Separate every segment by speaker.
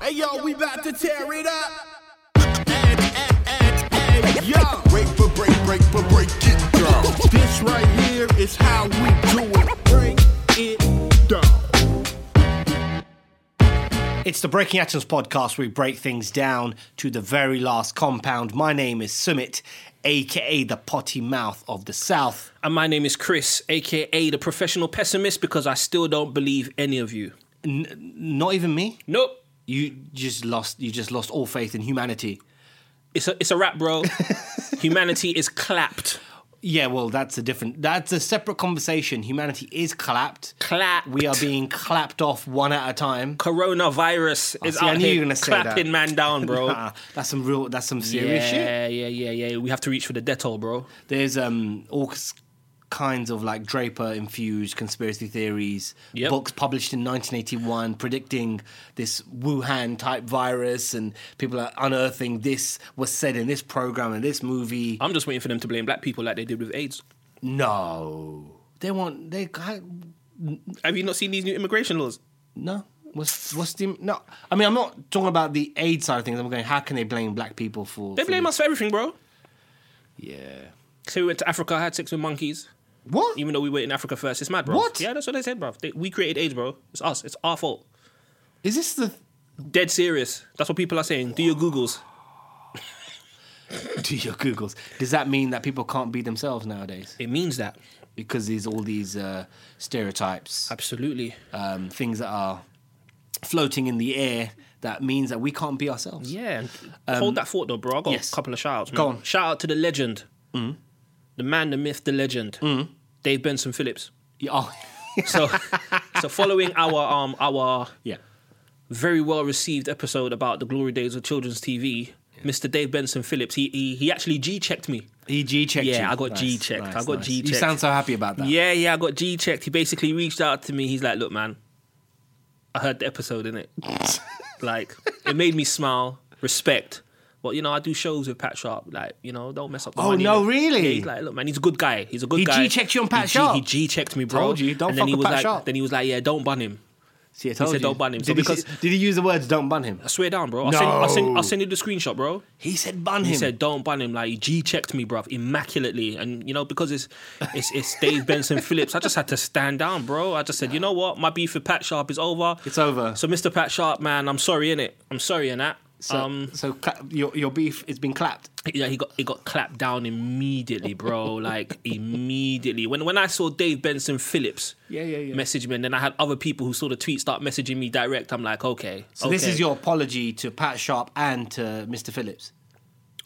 Speaker 1: Hey yo, we about to tear it up. Hey, hey, hey, hey, yo.
Speaker 2: Break for break, break for break it down.
Speaker 1: This right here is how we do it. Break it down.
Speaker 3: It's the Breaking Atoms podcast. Where we break things down to the very last compound. My name is Summit, aka the potty mouth of the South.
Speaker 4: And my name is Chris, aka the professional pessimist, because I still don't believe any of you.
Speaker 3: Not even me.
Speaker 4: Nope.
Speaker 3: You just lost. You just lost all faith in humanity.
Speaker 4: It's a it's a wrap, bro. Humanity is clapped.
Speaker 3: Yeah, well, that's a different. That's a separate conversation. Humanity is clapped.
Speaker 4: Clapped.
Speaker 3: We are being clapped off one at a time.
Speaker 4: Coronavirus is
Speaker 3: Oh, see, I
Speaker 4: out
Speaker 3: knew you
Speaker 4: here
Speaker 3: were gonna say that.
Speaker 4: clapping man down, bro.
Speaker 3: Ah, that's some real. That's some serious shit.
Speaker 4: yeah, yeah, yeah, yeah. We have to reach for the Dettol, bro.
Speaker 3: there's um all s- kinds of like Draper infused conspiracy theories,
Speaker 4: Yep.
Speaker 3: books published in 1981 predicting this Wuhan type virus, and people are unearthing this was said in this program and this movie.
Speaker 4: I'm just waiting for them to blame black people like they did with AIDS.
Speaker 3: no, they want they I-
Speaker 4: Have you not seen these new immigration laws?
Speaker 3: no. What's what's the no? I mean, I'm not talking about the aid side of things. I'm going. How can they blame black people for?
Speaker 4: They
Speaker 3: for
Speaker 4: blame
Speaker 3: this?
Speaker 4: us for everything, bro.
Speaker 3: Yeah.
Speaker 4: So we went to Africa, had sex with monkeys,
Speaker 3: What?
Speaker 4: even though we were in Africa first. It's mad, bro.
Speaker 3: What?
Speaker 4: Yeah, that's what they said, bro. They, we created AIDS, bro. It's us. It's our fault.
Speaker 3: Is this the?
Speaker 4: Dead serious. That's what people are saying. Do your Googles.
Speaker 3: Do your googles? Does that mean that people can't be themselves nowadays?
Speaker 4: It means that.
Speaker 3: because there's all these uh, stereotypes,
Speaker 4: Absolutely.
Speaker 3: um, things that are floating in the air that means that we can't be ourselves.
Speaker 4: Yeah. Hold that thought though, bro. I got
Speaker 3: Um, yes.
Speaker 4: a couple of shout outs.
Speaker 3: Go on. Mm.
Speaker 4: Shout out to the legend. The man, the myth, the legend. Dave Benson Phillips.
Speaker 3: Yeah, Oh,
Speaker 4: So so following our um our
Speaker 3: yeah.
Speaker 4: very well received episode about the glory days of children's TV, Mr. Dave Benson Phillips, he he, he actually G checked me.
Speaker 3: He G checked
Speaker 4: Yeah,
Speaker 3: you.
Speaker 4: I got G-checked. I got
Speaker 3: You
Speaker 4: G-checked.
Speaker 3: sound so happy about that.
Speaker 4: Yeah, yeah, I got G checked. He basically reached out to me. He's like, "Look, man, I heard the episode in it. like, it made me smile. Respect." But you know, I do shows with Pat Sharp. Like, you know, don't mess up. The
Speaker 3: Oh,
Speaker 4: money,
Speaker 3: no,
Speaker 4: innit?
Speaker 3: really?
Speaker 4: Yeah, he's like, look, man, he's a good guy. He's a good
Speaker 3: He
Speaker 4: guy.
Speaker 3: G-checked you on Pat
Speaker 4: He G-
Speaker 3: Sharp?
Speaker 4: He G checked me, bro.
Speaker 3: Told you, don't
Speaker 4: and then
Speaker 3: fuck
Speaker 4: he
Speaker 3: with
Speaker 4: was
Speaker 3: Pat
Speaker 4: like,
Speaker 3: Sharp.
Speaker 4: Then he was like, "Yeah, don't bun him."
Speaker 3: See, I
Speaker 4: He
Speaker 3: told
Speaker 4: said
Speaker 3: you.
Speaker 4: don't ban him. So
Speaker 3: did,
Speaker 4: because-
Speaker 3: he, did he use the words "don't ban him"?
Speaker 4: I swear down, bro. I'll, send, I'll, send,
Speaker 3: No.
Speaker 4: I'll send you the screenshot, bro.
Speaker 3: He said ban him.
Speaker 4: He said, "Don't ban him." Like he G checked me, bruv, immaculately. And you know, because it's it's it's Dave Benson Phillips, I just had to stand down, bro. I just said, you know what, my beef with Pat Sharp is over.
Speaker 3: It's over.
Speaker 4: So, Mr. Pat Sharp, man, I'm sorry in it. I'm sorry in that.
Speaker 3: So,
Speaker 4: um,
Speaker 3: so cla- your your beef has been clapped.
Speaker 4: yeah, he got he got clapped down immediately, bro. like immediately. When when I saw Dave Benson Phillips,
Speaker 3: Yeah, yeah, yeah.
Speaker 4: message me, and then I had other people who saw the tweet start messaging me direct. I'm like, okay,
Speaker 3: So this
Speaker 4: okay.
Speaker 3: is your apology to Pat Sharp and to Mr. Phillips.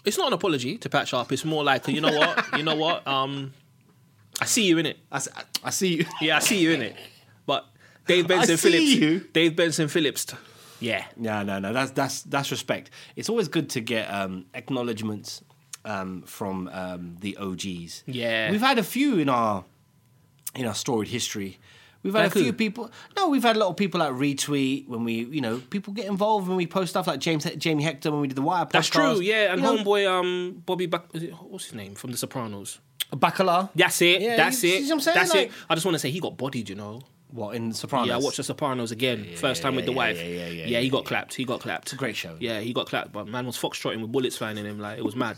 Speaker 4: It's not an apology to Pat Sharp. It's more like you know what, you know what. Um, I see you in it.
Speaker 3: I, s- I see you.
Speaker 4: Yeah, I see you in it. But Dave Benson
Speaker 3: see
Speaker 4: Phillips.
Speaker 3: you.
Speaker 4: Dave Benson Phillips. Yeah.
Speaker 3: No, no, no. That's that's that's respect. It's always good to get um, acknowledgements um, from um, the OGs.
Speaker 4: Yeah.
Speaker 3: we've had a few in our in our storied history. We've had
Speaker 4: Like
Speaker 3: a few
Speaker 4: who?
Speaker 3: people. No, we've had a lot of people like retweet when we, you know, people get involved when we post stuff like James Jamie Hector when we did the Wire podcast.
Speaker 4: That's true. Yeah, and
Speaker 3: You know,
Speaker 4: homeboy um Bobby Buck is it- what's his name from The Sopranos.
Speaker 3: Bacala.
Speaker 4: That's it.
Speaker 3: Yeah,
Speaker 4: that's
Speaker 3: you
Speaker 4: it.
Speaker 3: see what I'm saying?
Speaker 4: That's
Speaker 3: Like-
Speaker 4: it. I just want to say he got bodied, you know.
Speaker 3: What in Sopranos?
Speaker 4: Yeah, I watched The Sopranos again, first time with the
Speaker 3: yeah,
Speaker 4: wife.
Speaker 3: yeah, yeah, yeah,
Speaker 4: he
Speaker 3: yeah,
Speaker 4: got
Speaker 3: yeah.
Speaker 4: clapped. He got clapped.
Speaker 3: great show.
Speaker 4: Yeah, he got clapped, but man was foxtrotting with bullets flying in him. Like it was mad.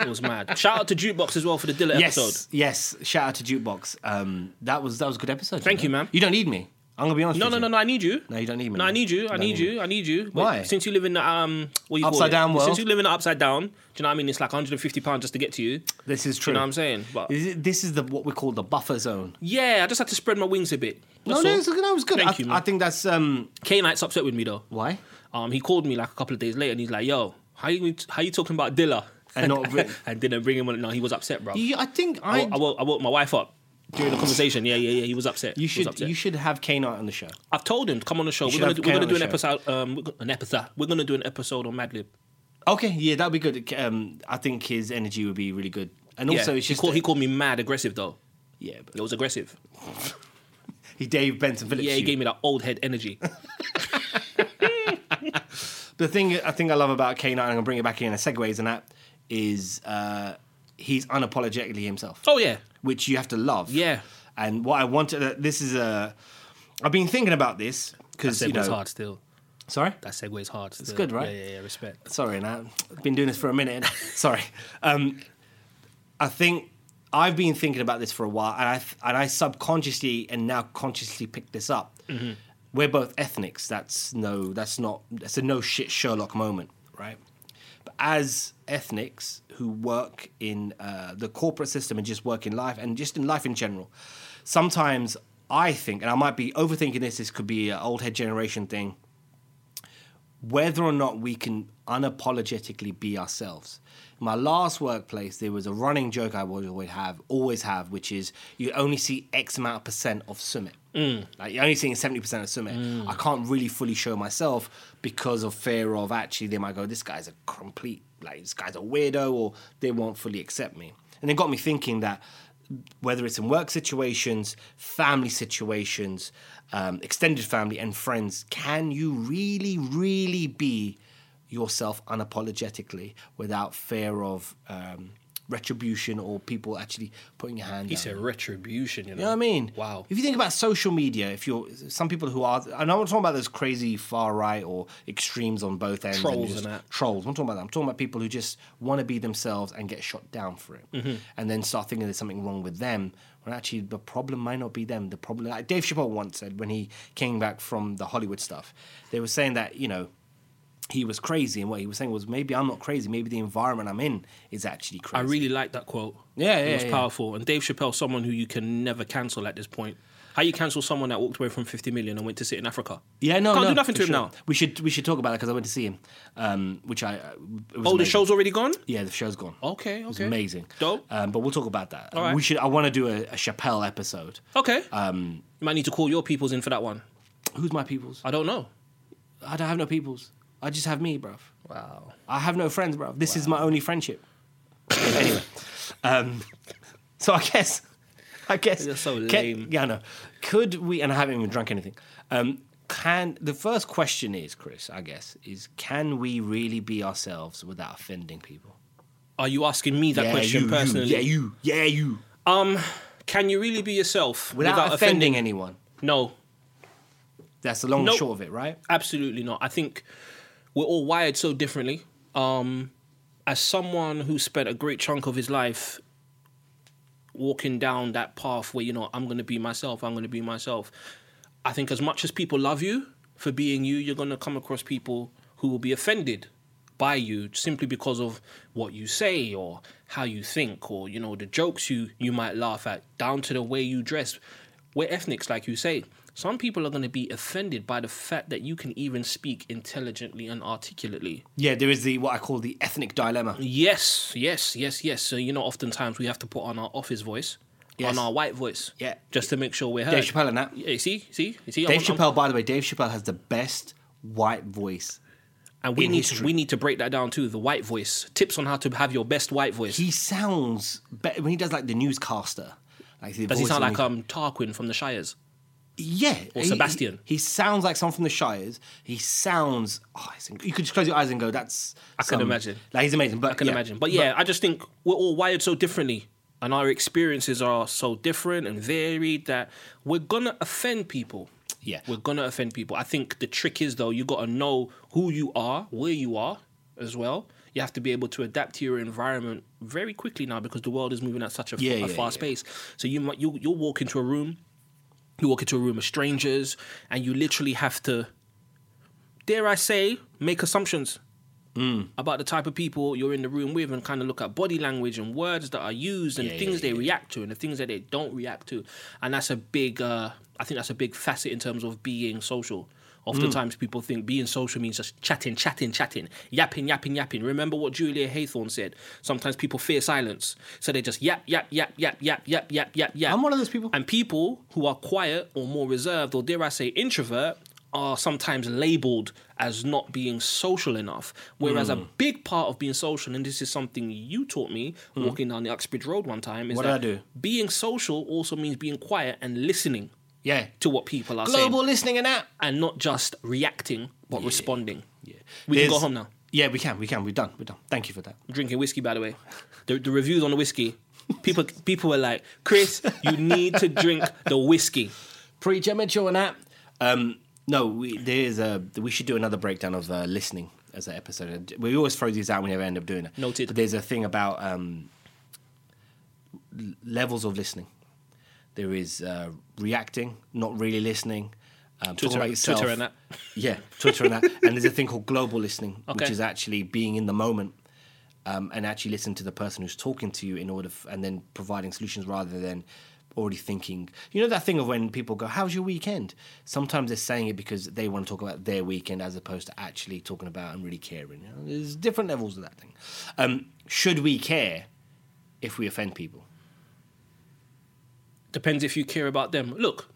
Speaker 4: it was mad. Shout out to Jukebox as well for the Dilla
Speaker 3: Yes,
Speaker 4: episode.
Speaker 3: yes. Shout out to Jukebox. Um, that was that was a good episode.
Speaker 4: Thank you,
Speaker 3: know.
Speaker 4: man.
Speaker 3: You don't need me. I'm gonna be honest.
Speaker 4: No,
Speaker 3: with
Speaker 4: no,
Speaker 3: you.
Speaker 4: no, no. I need you.
Speaker 3: No, you don't need me.
Speaker 4: No, I need you. I
Speaker 3: Don't
Speaker 4: need
Speaker 3: me.
Speaker 4: you. I need you. Wait,
Speaker 3: Why?
Speaker 4: Since you live in the um, what you call
Speaker 3: Upside
Speaker 4: it?
Speaker 3: down world?
Speaker 4: Since you live in the upside down, do you know what I mean? It's like 150 pounds just to get to you.
Speaker 3: This is
Speaker 4: Do
Speaker 3: true.
Speaker 4: you know what I'm saying? But
Speaker 3: This is- This is the what we call the buffer zone.
Speaker 4: yeah, I just had to spread my wings a bit.
Speaker 3: No,
Speaker 4: That's
Speaker 3: no,
Speaker 4: all.
Speaker 3: it's, no, it was good.
Speaker 4: Thank
Speaker 3: I,
Speaker 4: you, man.
Speaker 3: I think that's um.
Speaker 4: K Knight's upset with me though.
Speaker 3: Why?
Speaker 4: Um, he called me like a couple of days later, and he's like, "Yo, how you how you talking about Dilla?"
Speaker 3: And not bring-
Speaker 4: and didn't bring him on. No, he was upset, bro.
Speaker 3: You, I think
Speaker 4: I,
Speaker 3: I.
Speaker 4: wo- I, woke, I woke my wife up during the conversation. Yeah, yeah, yeah. He was upset.
Speaker 3: you
Speaker 4: He was
Speaker 3: should.
Speaker 4: upset.
Speaker 3: You should have K Knight on the show.
Speaker 4: I've told him to come on the show. We're
Speaker 3: should
Speaker 4: gonna
Speaker 3: have
Speaker 4: do,
Speaker 3: K
Speaker 4: we're gonna do
Speaker 3: Knight
Speaker 4: an
Speaker 3: on the show.
Speaker 4: episode. Um, we're go- an episode. We're gonna do an episode on Madlib.
Speaker 3: Okay, yeah, that'd be good. Um, I think his energy would be really good, and
Speaker 4: Yeah.
Speaker 3: also it's
Speaker 4: he
Speaker 3: just
Speaker 4: called, he called me mad aggressive though.
Speaker 3: yeah, but
Speaker 4: It was aggressive.
Speaker 3: he Dave Benson Phillips.
Speaker 4: Yeah, he
Speaker 3: you.
Speaker 4: gave me that old head energy.
Speaker 3: The thing I think I love about K Knight, and I'm gonna bring it back in a segues and that is uh, he's unapologetically himself.
Speaker 4: oh yeah,
Speaker 3: which you have to love.
Speaker 4: Yeah.
Speaker 3: uh, And what I wanted, this is a, I've been thinking about this because
Speaker 4: said
Speaker 3: you know,
Speaker 4: was hard still.
Speaker 3: Sorry?
Speaker 4: That segues hard. It's
Speaker 3: good, right?
Speaker 4: Yeah, yeah, yeah. Respect.
Speaker 3: sorry now i've been doing this for a minute sorry um, i think i've been thinking about this for a while and i th- and i subconsciously and now consciously picked this up we're both ethnics that's no that's not that's a no shit sherlock moment right but as ethnics who work in uh, the corporate system and just work in life and just in life in general sometimes i think and i might be overthinking this this could be an old head generation thing whether or not we can unapologetically be ourselves. My last workplace, there was a running joke I would always have, always have, which is you only see X amount of percent of Summit. Like you're only seeing seventy percent of Summit. I can't really fully show myself because of fear of actually they might go, this guy's a complete, like this guy's a weirdo, or they won't fully accept me. And it got me thinking that whether it's in work situations, family situations, um, extended family, and friends, can you really, really be yourself unapologetically without fear of um, retribution or people actually putting your hand
Speaker 4: He
Speaker 3: down?
Speaker 4: said retribution. You know?
Speaker 3: You know what I mean?
Speaker 4: Wow.
Speaker 3: If you think about social media, if you're some people who are, and I'm not talking about those crazy far right or extremes on both ends,
Speaker 4: Trolls
Speaker 3: just-
Speaker 4: and that.
Speaker 3: Trolls. I'm not talking about that. I'm talking about people who just want to be themselves and get shot down for it,
Speaker 4: Mm-hmm.
Speaker 3: and then start thinking there's something wrong with them. When actually the problem might not be them. The problem, like Dave Chappelle once said when he came back from the Hollywood stuff, they were saying that you know. He was crazy, and what he was saying was maybe I'm not crazy. Maybe the environment I'm in is actually
Speaker 4: I
Speaker 3: crazy.
Speaker 4: really like that quote.
Speaker 3: Yeah,
Speaker 4: it
Speaker 3: yeah,
Speaker 4: was
Speaker 3: yeah.
Speaker 4: powerful. And Dave Chappelle, someone who you can never cancel at this point. How you cancel someone that walked away from 50 million and went to sit in Africa?
Speaker 3: Yeah, no,
Speaker 4: can't
Speaker 3: no,
Speaker 4: do nothing
Speaker 3: for
Speaker 4: to him
Speaker 3: sure.
Speaker 4: now.
Speaker 3: We should we should talk about that because I went to see him, um, which I uh, it was
Speaker 4: Oh, the
Speaker 3: amazing.
Speaker 4: show's already gone.
Speaker 3: Yeah, the show's gone.
Speaker 4: Okay,
Speaker 3: It was
Speaker 4: okay.
Speaker 3: amazing.
Speaker 4: Dope.
Speaker 3: Um, but we'll talk about that.
Speaker 4: All right.
Speaker 3: We should. I want to do a, a Chappelle episode.
Speaker 4: Okay. Um, you might need to call your peoples in for that one.
Speaker 3: Who's my peoples?
Speaker 4: I don't know.
Speaker 3: I don't have no peoples. I just have me, bruv.
Speaker 4: Wow.
Speaker 3: I have no friends, bruv. This is my only friendship. anyway, um, so I guess, I guess
Speaker 4: You're so
Speaker 3: can-
Speaker 4: lame.
Speaker 3: yeah, I know. Could we? And I haven't even drunk anything. Um, can the first question is, Chris? I guess is can we really be ourselves without offending people?
Speaker 4: Are you asking me that question
Speaker 3: you,
Speaker 4: personally?
Speaker 3: You, yeah, you. Yeah, you.
Speaker 4: Can you really be yourself
Speaker 3: Without, offending, anyone.
Speaker 4: No,
Speaker 3: That's the long and
Speaker 4: Nope.
Speaker 3: short of it, right?
Speaker 4: absolutely not. I think we're all wired so differently. Um, as someone who spent a great chunk of his life walking down that path where you know I'm going to be myself, I'm going to be myself. I think as much as people love you for being you, you're going to come across people who will be offended by you simply because of what you say or how you think or you know the jokes you you might laugh at down to the way you dress we're ethnics like you say some people are going to be offended by the fact that you can even speak intelligently and articulately
Speaker 3: Yeah, there is the what I call the ethnic dilemma.
Speaker 4: Yes, yes, yes, yes. So you know, oftentimes we have to put on our office voice,
Speaker 3: Yes.
Speaker 4: on our white voice,
Speaker 3: Yeah.
Speaker 4: just to make sure we're heard.
Speaker 3: Dave Chappelle and that.
Speaker 4: Yeah, see, see, see.
Speaker 3: Dave
Speaker 4: I'm- I'm-
Speaker 3: Chappelle, by the way, Dave Chappelle has the best white voice.
Speaker 4: and we
Speaker 3: in
Speaker 4: need
Speaker 3: history.
Speaker 4: to, we need to break that down too. The white voice tips on how to have your best white voice.
Speaker 3: He sounds better when he does like the newscaster. Like the
Speaker 4: Does he
Speaker 3: voice
Speaker 4: sound
Speaker 3: when
Speaker 4: like um Tarquin from the Shires?
Speaker 3: Yeah,
Speaker 4: or
Speaker 3: he-
Speaker 4: Sebastian?
Speaker 3: He, he sounds like someone from the Shires. He sounds. Oh, it's inc- you could just close your eyes and go, "That's." I
Speaker 4: can imagine.
Speaker 3: Like he's amazing, but
Speaker 4: I can imagine. But yeah, I just think we're all wired so differently and our experiences are so different and varied that we're gonna offend people.
Speaker 3: Yeah.
Speaker 4: We're gonna offend people. I think the trick is though, you gotta know who you are, where you are as well. You have to be able to adapt to your environment very quickly now because the world is moving at such a,
Speaker 3: Yeah,
Speaker 4: a
Speaker 3: yeah,
Speaker 4: fast
Speaker 3: yeah.
Speaker 4: pace. So you might you you'll walk into a room, you walk into a room of strangers, and you literally have to dare I say, make assumptions
Speaker 3: Mm.
Speaker 4: about the type of people you're in the room with and kind of look at body language and words that are used and
Speaker 3: Yeah,
Speaker 4: things
Speaker 3: yeah,
Speaker 4: they
Speaker 3: yeah.
Speaker 4: react to and the things that they don't react to. And that's a big, uh, I think that's a big facet in terms of being social.
Speaker 3: Mm.
Speaker 4: Oftentimes people think being social means just chatting, chatting, chatting, yapping, yapping, yapping. Remember what Julia Haythorne said? Sometimes people fear silence. So they just yap, yap, yap, yap, yap, yap, yap, yap, yap.
Speaker 3: I'm one of those people.
Speaker 4: And people who are quiet or more reserved, or dare I say introvert, are sometimes labeled as not being social enough. Whereas
Speaker 3: Hmm.
Speaker 4: a big part of being social, and this is something you taught me walking down the Uxbridge Road one time, is
Speaker 3: Hmm. What did
Speaker 4: that
Speaker 3: I do?
Speaker 4: being social also means being quiet and listening
Speaker 3: yeah.
Speaker 4: to what people are
Speaker 3: Global
Speaker 4: saying.
Speaker 3: listening and that.
Speaker 4: And not just reacting, but responding.
Speaker 3: Yeah.
Speaker 4: We can go
Speaker 3: There's-
Speaker 4: home now.
Speaker 3: Yeah, we can. We can. We're done. We're done. Thank you for that.
Speaker 4: drinking whiskey, by the way. The, the reviews on the whiskey, people people were like, Chris, you need to drink the whiskey.
Speaker 3: Preacher Mitchell and that. Um, No, we, there is a. We should do another breakdown of uh, listening as an episode. We always throw these out. We never end up doing it.
Speaker 4: Noted.
Speaker 3: But there's a thing about um, l- levels of listening. There is uh, reacting, not really listening. Um, talking
Speaker 4: Twitter,
Speaker 3: about yourself.
Speaker 4: Twitter and that.
Speaker 3: Yeah, Twitter and that. And there's a thing called global listening, which
Speaker 4: Okay.
Speaker 3: is actually being in the moment um, and actually listening to the person who's talking to you in order f- and then providing solutions rather than already thinking. You know that thing of when people go, How's your weekend? Sometimes they're saying it because they want to talk about their weekend as opposed to actually talking about and really caring. You know, there's different levels of that thing. Um, should we care if we offend people?
Speaker 4: Depends if you care about them. Look,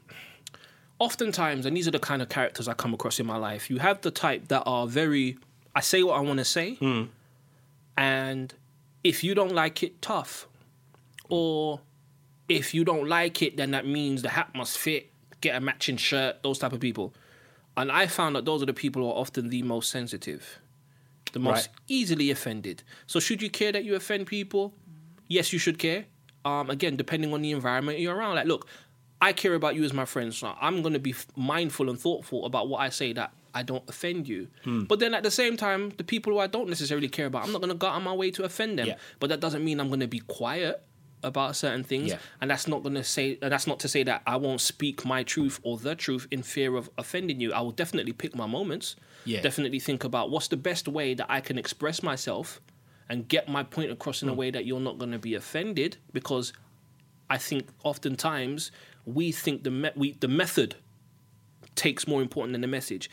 Speaker 4: oftentimes, and these are the kind of characters I come across in my life, you have the type that are very, I say what I want to say, and if you don't like it, tough. Or if you don't like it, then that means the hat must fit, get a matching shirt, those type of people. And I found that those are the people who are often the most sensitive, the most
Speaker 3: Right.
Speaker 4: easily offended. So, should you care that you offend people? Yes, you should care. Um, again, depending on the environment you're around. Like, look, I care about you as my friend, so I'm going to be f- mindful and thoughtful about what I say that I don't offend you.
Speaker 3: Hmm.
Speaker 4: But then at the same time, the people who I don't necessarily care about, I'm not going to go out of my way to offend them.
Speaker 3: Yeah.
Speaker 4: But that doesn't mean I'm going to be quiet about certain things
Speaker 3: Yeah.
Speaker 4: and that's not going to say and that's not to say that I won't speak my truth or the truth in fear of offending you. I will definitely pick my moments.
Speaker 3: Yeah.
Speaker 4: Definitely think about what's the best way that I can express myself and get my point across
Speaker 3: Mm.
Speaker 4: in a way that you're not going to be offended because I think oftentimes we think the me- we the method takes more important than the message.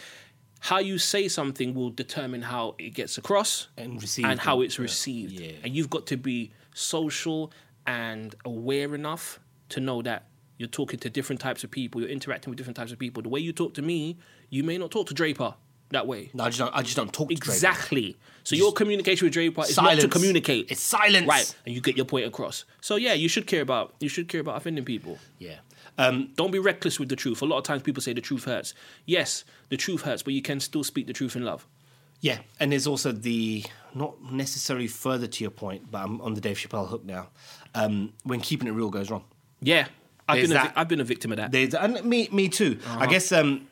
Speaker 4: How you say something will determine how it gets across
Speaker 3: And received
Speaker 4: and how
Speaker 3: and-
Speaker 4: it's received.
Speaker 3: Yeah.
Speaker 4: And you've got to be social and aware enough to know that you're talking to different types of people, you're interacting with different types of people. The way you talk to me, you may not talk to Draper that way.
Speaker 3: No, I just don't, I just don't talk to Draper.
Speaker 4: Exactly. So your communication with Draper is not to
Speaker 3: Silence.
Speaker 4: communicate.
Speaker 3: It's silence.
Speaker 4: Right. And you get your point across. So yeah, you should care about you should care about offending people.
Speaker 3: Yeah. Um,
Speaker 4: Don't be reckless with the truth. A lot of times people say the truth hurts. Yes, the truth hurts, but you can still speak the truth in love.
Speaker 3: Yeah, and there's also the not necessarily further to your point, but I'm on the Dave Chappelle hook now. Um, when keeping it real goes wrong,
Speaker 4: Yeah. I've
Speaker 3: There's
Speaker 4: been, a, vi-
Speaker 3: that.
Speaker 4: I've been a victim of that.
Speaker 3: there's and me me too.
Speaker 4: Uh-huh.
Speaker 3: I guess um,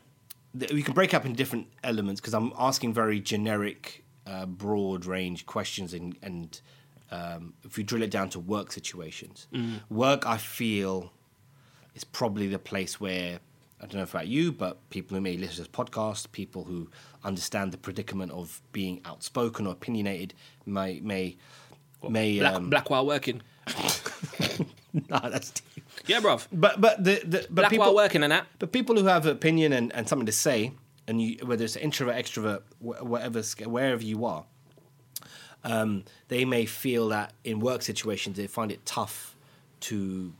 Speaker 3: th- we can break up into different elements because I'm asking very generic, uh, broad range questions, and and um, if you drill it down to work situations,
Speaker 4: Mm.
Speaker 3: work I feel is probably the place where I don't know about you, but people who may listen to this podcast, people who understand the predicament of being outspoken or opinionated, may may may
Speaker 4: black,
Speaker 3: um,
Speaker 4: black while working.
Speaker 3: Nah, that's deep.
Speaker 4: Yeah, bruv.
Speaker 3: But but the, the but
Speaker 4: Black
Speaker 3: people
Speaker 4: while working and that.
Speaker 3: but people who have opinion and, and something to say, and you, whether it's introvert, extrovert, wh- whatever, sc- wherever you are, um, they may feel that in work situations they find it tough to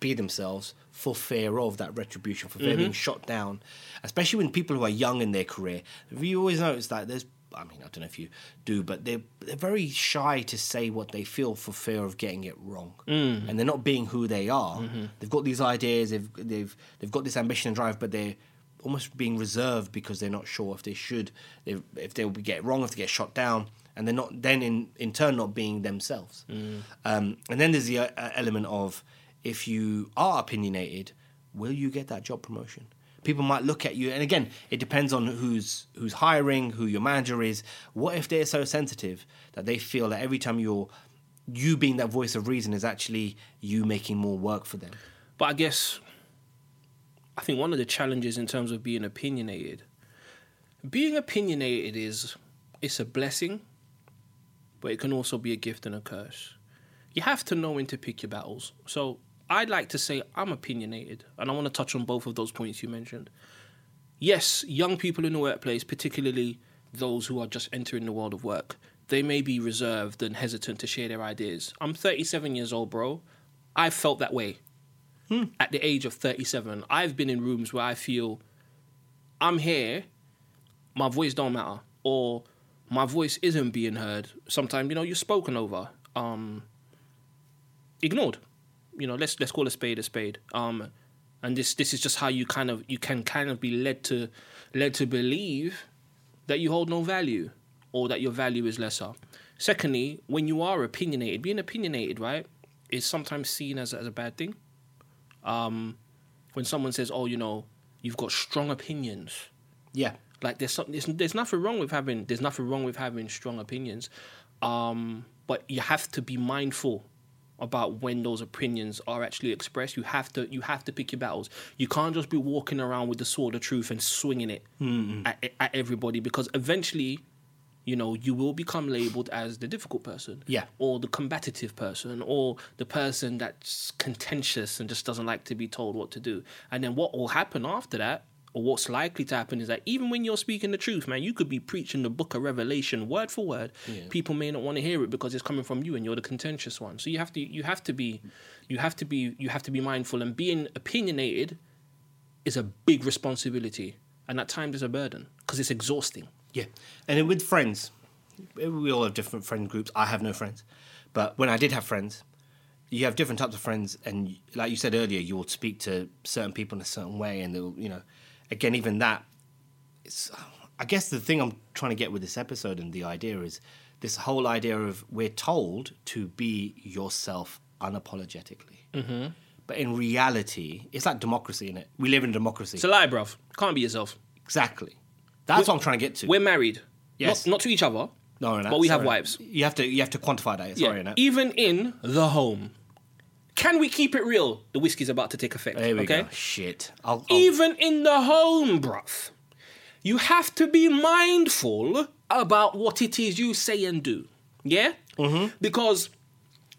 Speaker 3: be themselves for fear of that retribution, for fear of being shot down, especially when people who are young in their career. Have you always noticed that there's, I mean, I don't know if you do, but they're, they're very shy to say what they feel for fear of getting it wrong. And they're not being who they are. They've got these ideas, they've, they've, they've got this ambition and drive, but they're almost being reserved because they're not sure if they should, if, if they will get it wrong, if they get shot down, and they're not then in, in turn not being themselves. Um, and then there's the uh, element of if you are opinionated, will you get that job promotion? People might look at you, and again, it depends on who's who's hiring, who your manager is. What if they're so sensitive that they feel that every time you're you being that voice of reason is actually you making more work for them?
Speaker 4: But I guess I think one of the challenges in terms of being opinionated, being opinionated is it's a blessing, but it can also be a gift and a curse. You have to know when to pick your battles. So I'd like to say I'm opinionated, and I want to touch on both of those points you mentioned. Yes, young people in the workplace, particularly those who are just entering the world of work, they may be reserved and hesitant to share their ideas. I'm 37 years old, bro. I felt that way at the age of 37 i've been in rooms where i feel i'm here my voice don't matter or my voice isn't being heard sometimes you know you're spoken over um ignored you know let's let's call a spade a spade um and this this is just how you kind of you can kind of be led to led to believe that you hold no value or that your value is lesser secondly when you are opinionated being opinionated right is sometimes seen as, as a bad thing when someone says, "Oh, you know, you've got strong opinions,"
Speaker 3: Yeah.
Speaker 4: Like there's something there's, there's nothing wrong with having there's nothing wrong with having strong opinions, um, but you have to be mindful about when those opinions are actually expressed. You have to you have to pick your battles. You can't just be walking around with the sword of truth and swinging it at, at everybody because eventually. You know, you will become labeled as the difficult person,
Speaker 3: Yeah.
Speaker 4: or the combative person, or the person that's contentious and just doesn't like to be told what to do. And then what will happen after that, or what's likely to happen, is that even when you're speaking the truth, man, you could be preaching the book of Revelation word for word. People may not want to hear it because it's coming from you, and you're the contentious one. So you have to, you have to be, you have to be, you have to be mindful. And being opinionated is a big responsibility, and at times it's a burden because it's exhausting.
Speaker 3: Yeah. And then with friends, we all have different friend groups. I have no friends. But when I did have friends, you have different types of friends. And like you said earlier, you will speak to certain people in a certain way. And they'll, you know, again, even that, it's, I guess the thing I'm trying to get with this episode and the idea is this whole idea of we're told to be yourself unapologetically. Mm-hmm. But in reality, it's like democracy, in it? We live in democracy.
Speaker 4: It's a lie, bruv. Can't be yourself.
Speaker 3: exactly. That's what I'm trying to get to.
Speaker 4: We're married.
Speaker 3: Yes.
Speaker 4: Not, not to each other.
Speaker 3: No, no, no,
Speaker 4: But we have
Speaker 3: sorry.
Speaker 4: wives.
Speaker 3: You have to you have to quantify that. Sorry,
Speaker 4: yeah. E-
Speaker 3: no.
Speaker 4: Even in the home. Can we keep it real? The whiskey's about to take effect.
Speaker 3: There we
Speaker 4: okay?
Speaker 3: go. Oh. Shit. I'll, I'll-
Speaker 4: Even in the home, bruv. You have to be mindful about what it is you say and do. Yeah? Mm-hmm. Because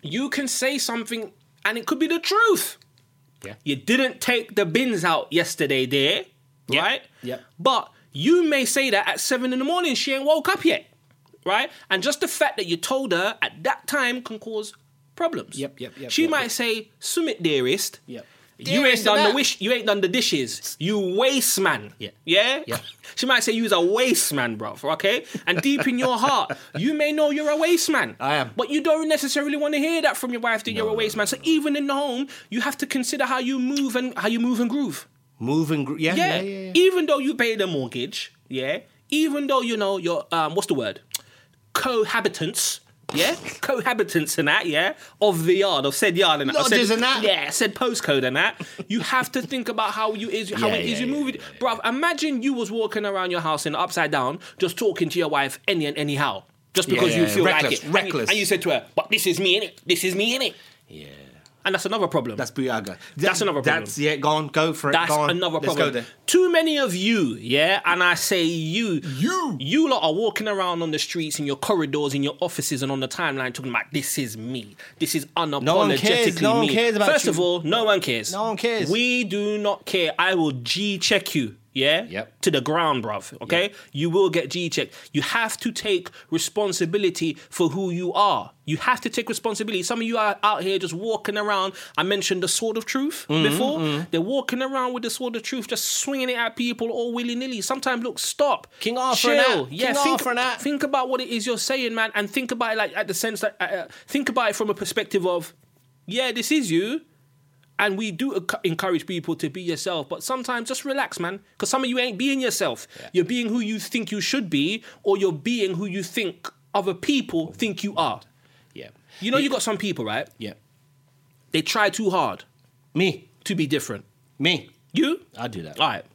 Speaker 4: you can say something and it could be the truth.
Speaker 3: Yeah.
Speaker 4: You didn't take the bins out yesterday, dear. Right?
Speaker 3: Yep.
Speaker 4: But you may say that at seven in the morning, she ain't woke up yet. Right? And just the fact that you told her at that time can cause problems.
Speaker 3: Yep, yep, yep,
Speaker 4: She
Speaker 3: yep,
Speaker 4: might
Speaker 3: yep.
Speaker 4: say, Sumit dearest.
Speaker 3: Yep.
Speaker 4: You ain't
Speaker 3: Dearest
Speaker 4: done the
Speaker 3: enough.
Speaker 4: wish you ain't done the dishes. You waste man.
Speaker 3: Yeah.
Speaker 4: Yeah?
Speaker 3: Yeah.
Speaker 4: She might say you's a waste man, bruv, okay? And deep in your heart, you may know you're a waste man.
Speaker 3: I am.
Speaker 4: But you don't necessarily want to hear that from your wife that you're a waste man. So even in the home, you have to consider how you move and how you move and groove.
Speaker 3: moving. Gr- yeah, yeah,
Speaker 4: Yeah.
Speaker 3: yeah, yeah,
Speaker 4: Even though you pay the mortgage, yeah. Even though you know your um, what's the word? Cohabitants. Yeah, cohabitants and that, yeah, of the yard, of said yard and that, of said,
Speaker 3: Lodges and that.
Speaker 4: yeah, said postcode and that. You have to think about how you is how
Speaker 3: Yeah,
Speaker 4: it is
Speaker 3: yeah,
Speaker 4: you
Speaker 3: yeah,
Speaker 4: move it, bruv. Imagine you was walking around your house and upside down, just talking to your wife any and anyhow, just
Speaker 3: Yeah,
Speaker 4: because
Speaker 3: yeah,
Speaker 4: you
Speaker 3: yeah.
Speaker 4: feel like
Speaker 3: Reckless,
Speaker 4: it, And you-
Speaker 3: reckless.
Speaker 4: And you said to her, "But this is me in it. This is me in it,"
Speaker 3: yeah.
Speaker 4: and that's another problem.
Speaker 3: That's Buyaga.
Speaker 4: That's another problem.
Speaker 3: That's yeah. Go on. Go for it.
Speaker 4: That's
Speaker 3: go on.
Speaker 4: another
Speaker 3: Let's
Speaker 4: problem.
Speaker 3: go there.
Speaker 4: Too many of you, yeah, and I say you,
Speaker 3: You.
Speaker 4: you lot are walking around on the streets, in your corridors, in your offices, and on the timeline talking about this is me. This is unapologetically
Speaker 3: one cares. No
Speaker 4: me.
Speaker 3: one cares about
Speaker 4: First of
Speaker 3: you.
Speaker 4: all, no one cares.
Speaker 3: No one cares.
Speaker 4: We do not care. I will G check you. Yeah.
Speaker 3: Yep.
Speaker 4: To the ground, bruv. Okay. You will get G checked. You have to take responsibility for who you are. You have to take responsibility. Some of you are out here just walking around. I mentioned the sword of truth before. They're walking around with the sword of truth, just swinging it at people all willy nilly. Sometimes, look, stop.
Speaker 3: King Arthur and
Speaker 4: Chill.
Speaker 3: that.
Speaker 4: Yeah.
Speaker 3: King
Speaker 4: think,
Speaker 3: Arthur and that.
Speaker 4: think about what it is you're saying, man, and think about it like at the sense that uh, uh, think about it from a perspective of, yeah, this is you. And we do enc- encourage people to be yourself, but sometimes just relax, man. Because some of you ain't being yourself. You're being who you think you should be, or you're being who you think other
Speaker 3: Oh
Speaker 4: people think you are.
Speaker 3: Yeah.
Speaker 4: You know, you got some people, right?
Speaker 3: Yeah.
Speaker 4: They try too hard
Speaker 3: Me.
Speaker 4: to be different.
Speaker 3: Me.
Speaker 4: You?
Speaker 3: I do that.
Speaker 4: All right.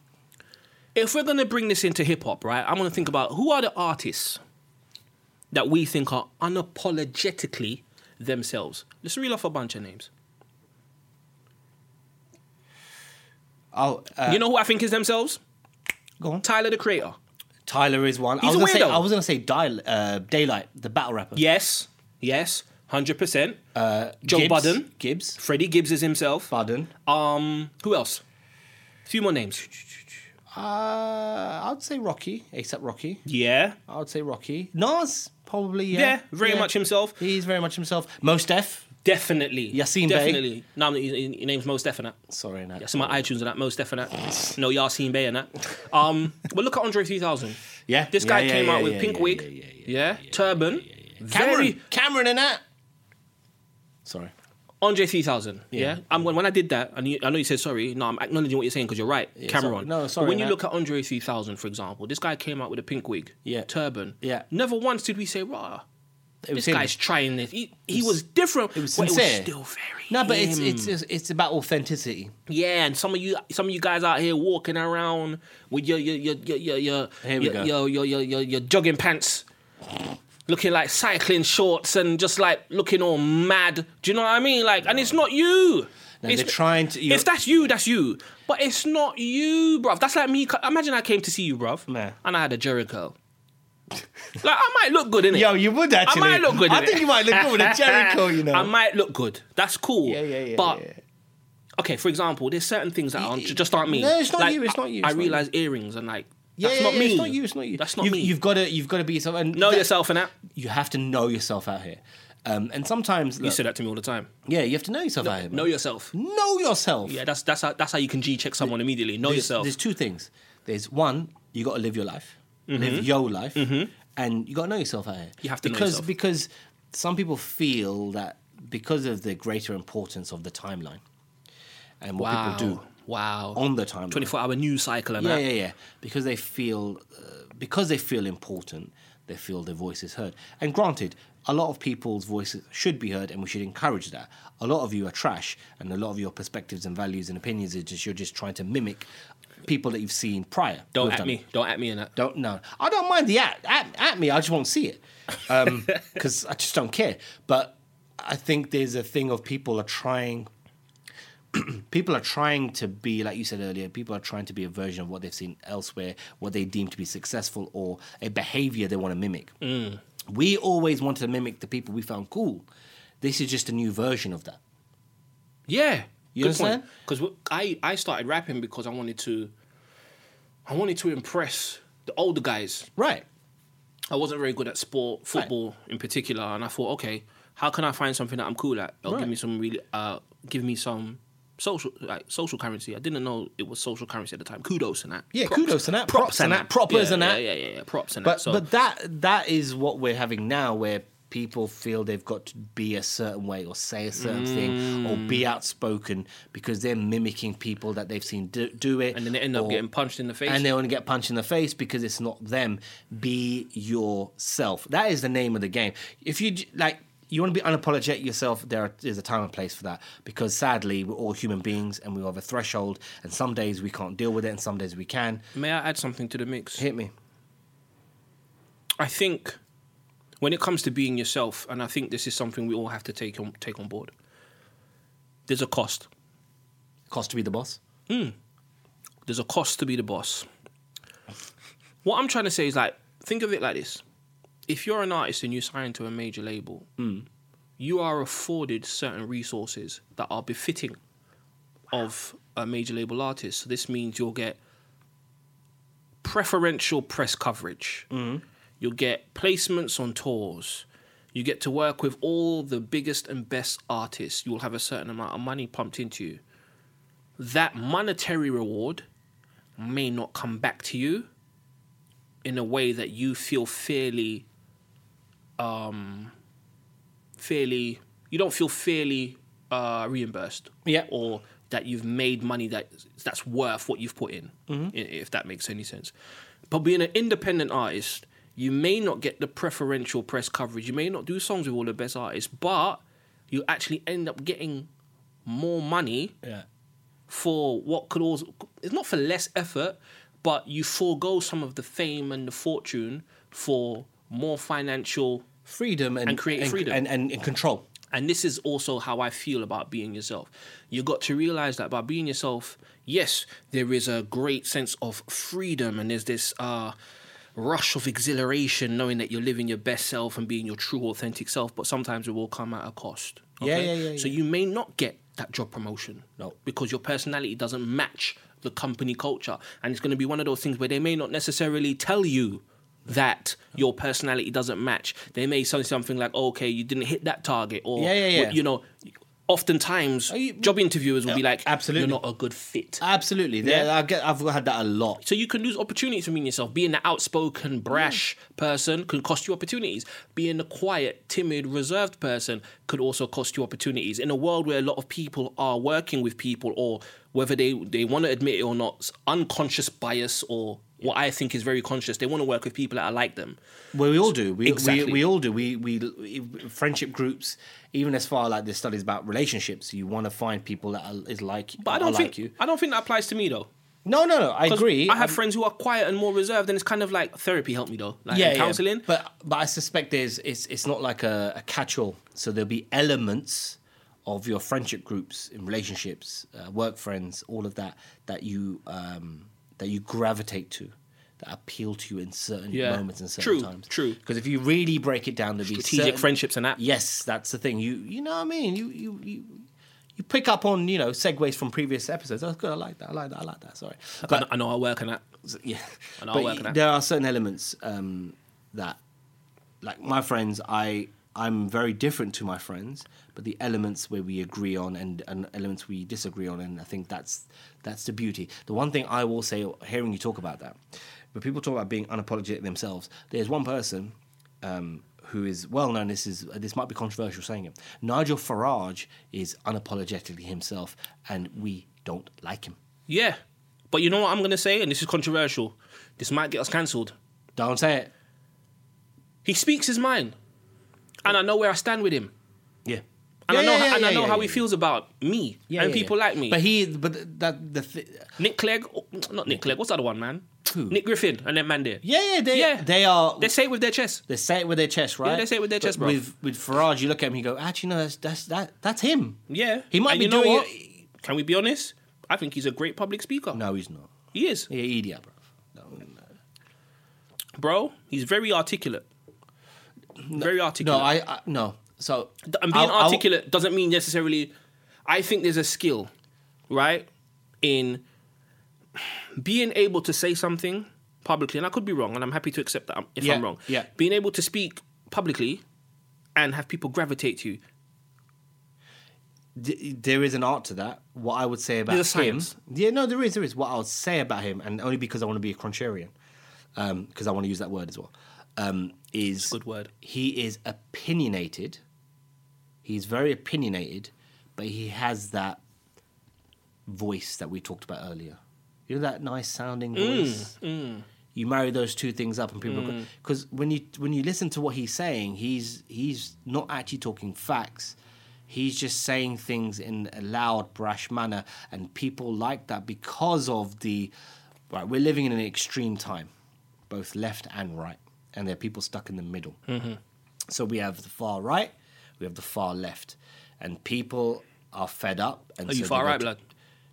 Speaker 4: If we're going to bring this into hip hop, right, I'm going to think about who are the artists that we think are unapologetically themselves. Let's reel off a bunch of names.
Speaker 3: Oh, uh,
Speaker 4: you know who I think is themselves?
Speaker 3: go on.
Speaker 4: Tyler the Creator.
Speaker 3: Tyler is one.
Speaker 4: He's
Speaker 3: I was
Speaker 4: a
Speaker 3: gonna say.
Speaker 4: weirdo.
Speaker 3: I was gonna say Dial, uh, Daylight, the battle rapper.
Speaker 4: Yes, yes, 100%.
Speaker 3: Uh,
Speaker 4: Joe
Speaker 3: Gibbs,
Speaker 4: Budden.
Speaker 3: Gibbs.
Speaker 4: Freddie Gibbs is himself.
Speaker 3: Budden.
Speaker 4: Um, who else? A few more names.
Speaker 3: Uh, I'd say Rocky. ASAP Rocky.
Speaker 4: Yeah.
Speaker 3: I would say Rocky. Nas, probably. Yeah.
Speaker 4: Yeah, very much himself.
Speaker 3: He's very much himself. Most Def.
Speaker 4: Definitely.
Speaker 3: Yassine Bey.
Speaker 4: Definitely. No, his, his name's most definite.
Speaker 3: Sorry, no.
Speaker 4: Yeah, so my iTunes and that, most definite. No Yassine Bey and that. Um, but look at Andre 3000.
Speaker 3: Yeah.
Speaker 4: This guy
Speaker 3: Yeah, yeah,
Speaker 4: came
Speaker 3: yeah,
Speaker 4: out with
Speaker 3: yeah,
Speaker 4: pink
Speaker 3: yeah,
Speaker 4: wig,
Speaker 3: yeah,
Speaker 4: yeah,
Speaker 3: yeah,
Speaker 4: turban,
Speaker 3: Cameron,
Speaker 4: very
Speaker 3: Cameron, and that. Sorry.
Speaker 4: Andre 3000. Yeah.
Speaker 3: Yeah.
Speaker 4: Um, when, when I did that, and you, I know you said sorry, no, I'm acknowledging what you're saying because you're right,
Speaker 3: sorry.
Speaker 4: Cameron.
Speaker 3: No,
Speaker 4: But
Speaker 3: sorry,
Speaker 4: when you
Speaker 3: man.
Speaker 4: look at Andre 3000, for example, this guy came out with a pink wig,
Speaker 3: Yeah.
Speaker 4: turban.
Speaker 3: Yeah.
Speaker 4: Never once did we say, rah,
Speaker 3: It was
Speaker 4: this
Speaker 3: him.
Speaker 4: guy's trying this. He, he was different. It
Speaker 3: was
Speaker 4: but it was
Speaker 3: sincere.
Speaker 4: still very.
Speaker 3: No, but it's,
Speaker 4: him.
Speaker 3: it's it's it's about authenticity.
Speaker 4: Yeah, and some of you, some of you guys out here walking around with your your your your your your
Speaker 3: Here
Speaker 4: your,
Speaker 3: we
Speaker 4: your,
Speaker 3: go.
Speaker 4: your, your, your, your jogging pants, looking like cycling shorts, and just like looking all mad. Do you know what I mean? Like, and it's not you.
Speaker 3: No,
Speaker 4: It's-
Speaker 3: they're trying to-
Speaker 4: If that's you, that's you. But it's not you, bruv. That's like me. co- Imagine I came to see you, bruv,
Speaker 3: Nah.
Speaker 4: and I had a Jericho. like I might look good in it.
Speaker 3: Yo, you would actually.
Speaker 4: I might look good.
Speaker 3: I
Speaker 4: in
Speaker 3: think
Speaker 4: it.
Speaker 3: you might look good with a Jericho. You know.
Speaker 4: I might look good. That's cool.
Speaker 3: Yeah, yeah, yeah,
Speaker 4: But
Speaker 3: yeah.
Speaker 4: okay, for example, there's certain things that aren't, just aren't me.
Speaker 3: No, it's not you, it's not you,
Speaker 4: I,
Speaker 3: it's not
Speaker 4: realize earrings and like
Speaker 3: yeah,
Speaker 4: that's
Speaker 3: yeah,
Speaker 4: not
Speaker 3: yeah,
Speaker 4: me.
Speaker 3: It's not you. It's not you.
Speaker 4: That's not
Speaker 3: you've,
Speaker 4: me.
Speaker 3: You've got to you've got to be yourself. And
Speaker 4: know
Speaker 3: that-
Speaker 4: yourself and that.
Speaker 3: You have to know yourself out here. Um, and sometimes,
Speaker 4: You
Speaker 3: look,
Speaker 4: say that to me all the time.
Speaker 3: yeah, you have to know yourself out here. man.
Speaker 4: Know yourself.
Speaker 3: know yourself.
Speaker 4: Yeah, that's that's how that's how you can G check someone immediately. Know
Speaker 3: there's,
Speaker 4: yourself.
Speaker 3: Oh, There's two things. There's one, you got to live your life, live your life, and you got to know yourself out here.
Speaker 4: Mm-hmm. You have to know
Speaker 3: because
Speaker 4: yourself.
Speaker 3: because some people feel that because of the greater importance of the timeline and what
Speaker 4: wow.
Speaker 3: people do
Speaker 4: Wow.
Speaker 3: on the timeline,
Speaker 4: 24 hour news cycle and
Speaker 3: yeah,
Speaker 4: that.
Speaker 3: yeah, yeah. Because they feel, uh, because they feel important, they feel their voice is heard. And granted, a lot of people's voices should be heard, and we should encourage that. A lot of you are trash, and a lot of your perspectives and values and opinions is just you're just trying to mimic people that you've seen prior. who
Speaker 4: Don't
Speaker 3: have
Speaker 4: at
Speaker 3: done
Speaker 4: me.
Speaker 3: it.
Speaker 4: Don't at me in that.
Speaker 3: Don't no. I don't mind the at at, at me. I just won't see it because I just don't care. But I think there's a thing of people are trying. people are trying to be like you said earlier. People are trying to be a version of what they've seen elsewhere, what they deem to be successful, or a behavior they want to mimic. We always wanted to mimic the people we found cool. This is just a new version of that.
Speaker 4: Yeah,
Speaker 3: You understand?
Speaker 4: Because I I started rapping because I wanted to. I wanted to impress the older guys.
Speaker 3: Right.
Speaker 4: I wasn't very good at sport, football in particular, and I thought, okay, how can I find something that I'm cool at? Or
Speaker 3: Right.
Speaker 4: give me some really, uh, give me some social like social currency. I didn't know it was social currency at the time. Kudos and that.
Speaker 3: Yeah, kudos and that, props and that, proppers
Speaker 4: Yeah,
Speaker 3: and that.
Speaker 4: Yeah, yeah, yeah, yeah, props and
Speaker 3: But
Speaker 4: that. So,
Speaker 3: but that that is what we're having now, where people feel they've got to be a certain way or say a certain thing or
Speaker 4: Mm.
Speaker 3: be outspoken because they're mimicking people that they've seen do, do it,
Speaker 4: and then they end up
Speaker 3: or-
Speaker 4: getting punched in the face.
Speaker 3: and they only get punched in the face because it's not them. Be yourself. That is the name of the game. If you j- like, you want to be unapologetic yourself. There are- is a time and place for that because sadly, we're all human beings and we have a threshold. And some days we can't deal with it, and some days we can.
Speaker 4: May I add something to the mix?
Speaker 3: Hit me.
Speaker 4: I think when it comes to being yourself, and I think this is something we all have to take on take on board. There's a cost.
Speaker 3: Cost to be the boss.
Speaker 4: There's a cost to be the boss. What I'm trying to say is like, think of it like this: if you're an artist and you sign to a major label, you are afforded certain resources that are befitting of a major label artist. So this means you'll get preferential press coverage. You'll get placements on tours. You get to work with all the biggest and best artists. You'll have a certain amount of money pumped into you. That monetary reward may not come back to you in a way that you feel fairly um, fairly you don't feel fairly uh, reimbursed
Speaker 3: Yeah.
Speaker 4: or that you've made money that that's worth what you've put in i- if that makes any sense but being an independent artist you may not get the preferential press coverage you may not do songs with all the best artists but you actually end up getting more money
Speaker 3: Yeah.
Speaker 4: for what could also it's not for less effort, but you forego some of the fame and the fortune for more financial.
Speaker 3: freedom and,
Speaker 4: And create freedom.
Speaker 3: and, and, and control.
Speaker 4: And this is also how I feel about being yourself. You got to realize that by being yourself, yes, there is a great sense of freedom and there's this uh, rush of exhilaration knowing that you're living your best self and being your true, authentic self, but sometimes it will come at a cost.
Speaker 3: Yeah, yeah, yeah,
Speaker 4: So
Speaker 3: yeah.
Speaker 4: you may not get that job promotion.
Speaker 3: No.
Speaker 4: Because your personality doesn't match the company culture. And it's going to be one of those things where they may not necessarily tell you that your personality doesn't match. They may say something like, "Oh, okay, you didn't hit that target. Or,
Speaker 3: Yeah, yeah, yeah.
Speaker 4: you know, oftentimes
Speaker 3: you-
Speaker 4: job interviewers will be like,
Speaker 3: absolutely. Uh,
Speaker 4: you're not a good fit.
Speaker 3: Absolutely. Yeah.
Speaker 4: Yeah.
Speaker 3: I get, I've had that a lot.
Speaker 4: So you can lose opportunities from being yourself. Being the outspoken, brash person can cost you opportunities. Being the quiet, timid, reserved person could also cost you opportunities. In a world where a lot of people are working with people or whether they they want to admit it or not, s- unconscious bias or what I think is very conscious. They want to work with people that are like them.
Speaker 3: Well, we all do. We,
Speaker 4: Exactly.
Speaker 3: we, we all do. We, we we- friendship groups, even as far like there's studies about relationships, you want to find people that are, is like,
Speaker 4: But I don't
Speaker 3: are
Speaker 4: think
Speaker 3: like you.
Speaker 4: I don't think that applies to me though.
Speaker 3: No, no, no. I
Speaker 4: 'Cause
Speaker 3: agree.
Speaker 4: I have
Speaker 3: Um,
Speaker 4: friends who are quiet and more reserved, and it's kind of like therapy helped me though, like and counseling.
Speaker 3: But but I suspect there's it's it's not like a, a catch-all. So there'll be elements of your friendship groups, in relationships, uh, work friends, all of that that you um, that you gravitate to, that appeal to you in certain
Speaker 4: Yeah.
Speaker 3: moments and certain
Speaker 4: True,
Speaker 3: times.
Speaker 4: true.
Speaker 3: Because if you really break it down, there'll be
Speaker 4: Strategic
Speaker 3: certain-
Speaker 4: friendships and that.
Speaker 3: Yes, that's the thing. You you know what I mean. You you you. You pick up on you know segues from previous episodes. That's good. I like that. I like that. I like that. Sorry,
Speaker 4: I know- I know I work on that.
Speaker 3: yeah,
Speaker 4: And I'll
Speaker 3: but
Speaker 4: work on
Speaker 3: y-
Speaker 4: that.
Speaker 3: there are certain elements um, that, like my friends, I I'm very different to my friends, but the elements where we agree on and, and elements we disagree on, and I think that's that's the beauty. The one thing I will say, hearing you talk about that, when people talk about being unapologetic themselves, there's one person. Um, who is well known? This is this might be controversial saying it. Nigel Farage is unapologetically himself, and we don't like him.
Speaker 4: Yeah, but you know what I'm gonna say, and this is controversial. This might get us cancelled.
Speaker 3: Don't say it.
Speaker 4: He speaks his mind, and I know where I stand with him,
Speaker 3: Yeah.
Speaker 4: and I
Speaker 3: Yeah,
Speaker 4: know,
Speaker 3: yeah, yeah,
Speaker 4: and I
Speaker 3: yeah,
Speaker 4: know
Speaker 3: yeah,
Speaker 4: how
Speaker 3: yeah,
Speaker 4: he
Speaker 3: yeah.
Speaker 4: feels about me
Speaker 3: Yeah,
Speaker 4: and
Speaker 3: yeah,
Speaker 4: people
Speaker 3: yeah.
Speaker 4: like me.
Speaker 3: But he, but that the thi-
Speaker 4: Nick Clegg, oh, not Nick Clegg. What's the other one, man?
Speaker 3: Who?
Speaker 4: Nick Griffin and then man there.
Speaker 3: yeah, yeah, they,
Speaker 4: Yeah.
Speaker 3: they are.
Speaker 4: They say it with their chest.
Speaker 3: They say it with their chest, right?
Speaker 4: they say it with their
Speaker 3: But
Speaker 4: chest, bro.
Speaker 3: With with Farage, you look at him, you go, actually, no, that's that's that that's him.
Speaker 4: Yeah,
Speaker 3: he might
Speaker 4: And
Speaker 3: be
Speaker 4: you know
Speaker 3: doing
Speaker 4: what?
Speaker 3: it.
Speaker 4: Can we be honest? I think he's a great public speaker.
Speaker 3: No, he's not.
Speaker 4: He is,
Speaker 3: Yeah, idiot, bro. No, no.
Speaker 4: bro. He's very articulate. very
Speaker 3: no
Speaker 4: articulate.
Speaker 3: I, I no. So
Speaker 4: and being
Speaker 3: I'll- I'll-
Speaker 4: articulate doesn't mean necessarily. I think there's a skill, right, in being able to say something publicly, and I could be wrong, and I'm happy to accept that I'm- if
Speaker 3: Yeah,
Speaker 4: I'm wrong.
Speaker 3: yeah.
Speaker 4: being able to speak publicly and have people gravitate to you.
Speaker 3: d- there is an art to that. What I would say about
Speaker 4: There's a
Speaker 3: him,
Speaker 4: science.
Speaker 3: yeah, no, there is, there is. What I would say about him, and only because I want to be a contrarian, because I want to use that word as well, um, is
Speaker 4: good word.
Speaker 3: He is opinionated. He's very opinionated, but he has that voice that we talked about earlier. You know that nice sounding
Speaker 4: Mm,
Speaker 3: voice. You marry those two things up, and people because when you when you listen to what he's saying, he's he's not actually talking facts. He's just saying things in a loud, brash manner, and people like that because of the right. We're living in an extreme time, both left and right, and there are people stuck in the middle.
Speaker 4: Mm-hmm.
Speaker 3: So we have the far right, we have the far left, and people are fed up. And
Speaker 4: Are you
Speaker 3: so
Speaker 4: far
Speaker 3: they go
Speaker 4: right,
Speaker 3: to-
Speaker 4: blood?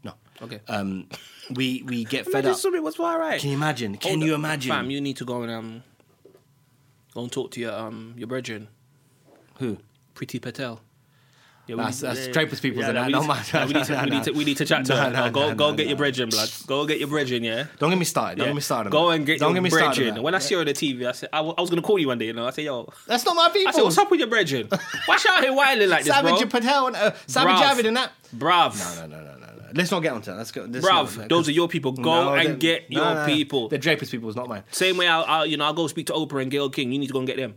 Speaker 3: No.
Speaker 4: Okay.
Speaker 3: Um, we we get fed
Speaker 4: Imagine
Speaker 3: up.
Speaker 4: somebody was far right.
Speaker 3: Can you imagine? Can
Speaker 4: Hold
Speaker 3: you
Speaker 4: up.
Speaker 3: imagine?
Speaker 4: Fam, you need to go and um, go and talk to your um your brethren,
Speaker 3: Who?
Speaker 4: Pretty Patel. Yeah, we
Speaker 3: That's-
Speaker 4: need-
Speaker 3: that's Dreyfus people's and that,
Speaker 4: we
Speaker 3: not
Speaker 4: need-
Speaker 3: mine.
Speaker 4: nah, we need to-
Speaker 3: No,
Speaker 4: we
Speaker 3: no,
Speaker 4: need to-
Speaker 3: no.
Speaker 4: We need to chat to
Speaker 3: No,
Speaker 4: her.
Speaker 3: no,
Speaker 4: Nah, go
Speaker 3: no,
Speaker 4: go
Speaker 3: no,
Speaker 4: get your
Speaker 3: no.
Speaker 4: brethren, blood. Go get your brethren, yeah.
Speaker 3: Don't get me started. Don't
Speaker 4: Yeah.
Speaker 3: get me started. on
Speaker 4: Go
Speaker 3: that.
Speaker 4: and get
Speaker 3: Don't
Speaker 4: your
Speaker 3: get me started on
Speaker 4: brethren.
Speaker 3: that.
Speaker 4: When I see her on the TV, I said I wa- I was gonna call you one day, you know. I say, yo,
Speaker 3: That's not my people.
Speaker 4: I said, what's up with your brethren? Why she out here wilding like this,
Speaker 3: Savage
Speaker 4: bro?
Speaker 3: and Patel and uh, Savage
Speaker 4: Bruv.
Speaker 3: Javid and that.
Speaker 4: Bruv,
Speaker 3: No, no, no, no, no. Let's not get onto that. Let's go. Let's
Speaker 4: bruv,
Speaker 3: not-
Speaker 4: those are your people. Go
Speaker 3: No,
Speaker 4: and
Speaker 3: they're-
Speaker 4: get
Speaker 3: no,
Speaker 4: your
Speaker 3: no, no.
Speaker 4: people.
Speaker 3: The Drapers people is not mine.
Speaker 4: Same way, I'll, I'll you know I'll go speak to Oprah and Gail King. You need to go and get them.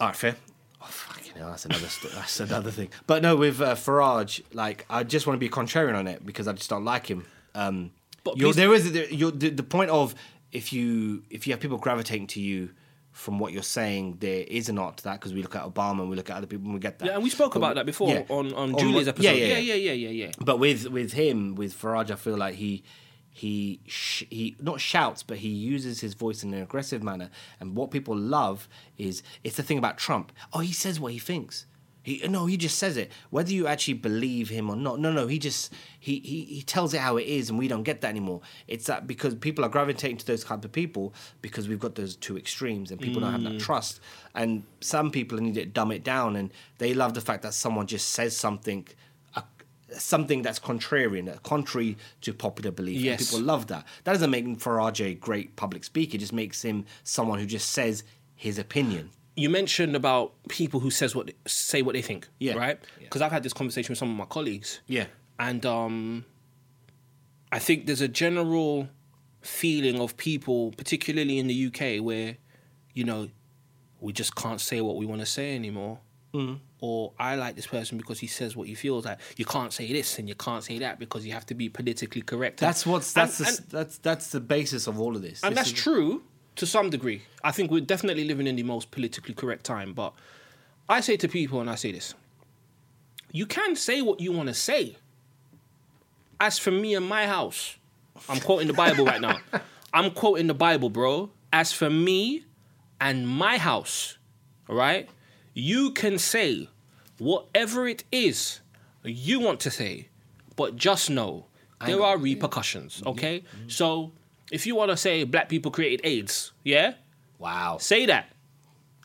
Speaker 3: All right, fair. Oh, fucking hell, that's another st- that's another thing. But no, with uh, Farage, like I just want to be contrarian on it because I just don't like him. Um,
Speaker 4: But
Speaker 3: you're,
Speaker 4: please-
Speaker 3: there is there, you're, the, the point of if you if you have people gravitating to you from what you're saying, there is an art to that because we look at Obama and we look at other people and we get that.
Speaker 4: Yeah, and we spoke
Speaker 3: But
Speaker 4: about that before
Speaker 3: yeah.
Speaker 4: on, on
Speaker 3: what-
Speaker 4: Julie's episode.
Speaker 3: Yeah, yeah, yeah.
Speaker 4: yeah, yeah, yeah.
Speaker 3: But with with him, with Farage, I feel like he he sh- he not shouts, but he uses his voice in an aggressive manner. And what people love is it's the thing about Trump. Oh, he says what he thinks. He no, he just says it. Whether you actually believe him or not, no, no, he just he he, he tells it how it is, and we don't get that anymore. It's that because people are gravitating to those type of people because we've got those two extremes, and people don't have that trust. And some people need to dumb it down, and they love the fact that someone just says something a something that's contrarian, uh, contrary to popular belief.
Speaker 4: Yes.
Speaker 3: And people love that. That doesn't make Farage a great public speaker. It just makes him someone who just says his opinion.
Speaker 4: You mentioned about people who says what say what they think.
Speaker 3: Yeah.
Speaker 4: Right.
Speaker 3: Yeah.
Speaker 4: Because I've had this conversation with some of my colleagues.
Speaker 3: Yeah.
Speaker 4: And um, I think there's a general feeling of people, particularly in
Speaker 3: Mm-hmm.
Speaker 4: the UK, where you know we just can't say what we want to say anymore. or I like this person because he says what he feels like. You can't say this and you can't say that because you have to be politically correct.
Speaker 3: That's what's
Speaker 4: And-
Speaker 3: that's the,
Speaker 4: and-
Speaker 3: s that's that's the basis of all of this.
Speaker 4: and
Speaker 3: This
Speaker 4: that's
Speaker 3: is-
Speaker 4: true to some degree. I think we're definitely living in the most politically correct time, but I say to people, and I say this you can say what you want to say. As for me and my house, I'm quoting the Bible right now. I'm quoting the Bible, bro. As for me and my house, all right, you can say whatever it is you want to say, but just know there are repercussions,
Speaker 3: Mm-hmm.
Speaker 4: okay? So if you want to say black people created AIDS, yeah,
Speaker 3: Wow.
Speaker 4: say that.